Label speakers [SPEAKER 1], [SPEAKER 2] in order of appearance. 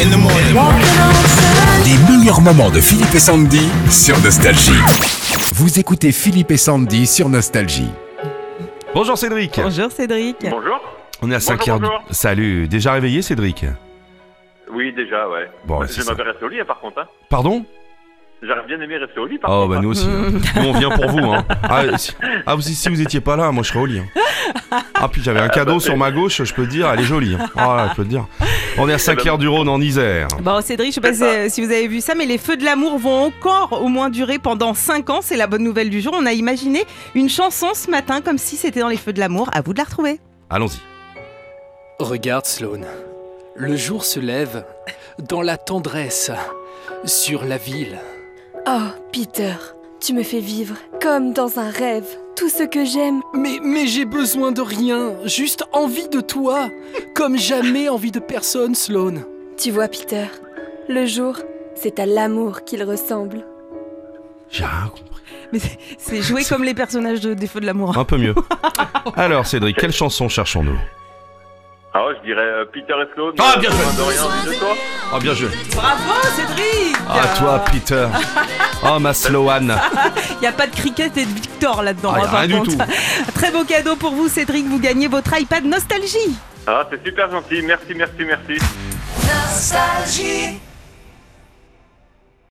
[SPEAKER 1] in the morning.
[SPEAKER 2] Les meilleurs moments de Philippe et Sandy sur Nostalgie. Vous écoutez Philippe et Sandy sur Nostalgie.
[SPEAKER 3] Bonjour Cédric
[SPEAKER 4] Bonjour Cédric.
[SPEAKER 5] Bonjour.
[SPEAKER 3] On est à 5
[SPEAKER 5] Bonjour,
[SPEAKER 3] heures. du-
[SPEAKER 5] bonjour.
[SPEAKER 3] Salut, déjà réveillé Cédric
[SPEAKER 5] Oui, déjà, ouais.
[SPEAKER 3] Bon, ouais, c'est
[SPEAKER 5] J'aimerais
[SPEAKER 3] ça.
[SPEAKER 5] bien rester au lit, hein, par contre. Hein.
[SPEAKER 3] Pardon
[SPEAKER 5] J'aurais bien aimé rester au lit, par
[SPEAKER 3] Oh
[SPEAKER 5] contre.
[SPEAKER 3] bah nous aussi. hein. Nous on vient pour vous. Hein. Ah, si, ah, vous- si vous étiez pas là, moi je serais au lit. hein. Ah puis j'avais un cadeau sur ma gauche, je peux te dire, elle est jolie. hein. Ah là, je peux te dire. On est à 5 heures du Rhône en Isère.
[SPEAKER 4] Bon Cédric, je sais pas si, euh, si vous avez vu ça, mais les feux de l'amour vont encore au moins durer pendant 5 ans. C'est la bonne nouvelle du jour. On a imaginé une chanson ce matin comme si c'était dans les feux de l'amour. À vous de la retrouver.
[SPEAKER 3] Allons-y.
[SPEAKER 6] Regarde Sloane, le jour se lève dans la tendresse sur la ville.
[SPEAKER 7] Oh, Peter, tu me fais vivre comme dans un rêve. Tout ce que j'aime,
[SPEAKER 6] Mais, mais j'ai besoin de rien, juste envie de toi, comme jamais envie de personne Sloane.
[SPEAKER 7] tu vois, Peter, le jour, c'est à l'amour qu'il ressemble.
[SPEAKER 3] J'ai rien compris.
[SPEAKER 4] Mais c'est- c'est joué comme les personnages de, des feux de l'amour.
[SPEAKER 3] Un peu mieux. Alors Cédric, quelle chanson cherchons-nous
[SPEAKER 5] Ah ouais, je dirais euh, Peter et Sloan.
[SPEAKER 3] Ah, bien
[SPEAKER 5] euh,
[SPEAKER 3] joué.
[SPEAKER 5] de rien, envie de toi.
[SPEAKER 3] Oh bien joué.
[SPEAKER 4] Bravo Cédric
[SPEAKER 3] Ah toi Peter. Oh ma Sloane.
[SPEAKER 4] Il n'y a pas de cricket et de victoire là-dedans.
[SPEAKER 3] Ah, y a
[SPEAKER 4] hein, par
[SPEAKER 3] rien du
[SPEAKER 4] contre.
[SPEAKER 3] tout.
[SPEAKER 4] Très beau cadeau pour vous Cédric. Vous gagnez votre iPad Nostalgie.
[SPEAKER 5] Ah, c'est super gentil. Merci, merci, merci.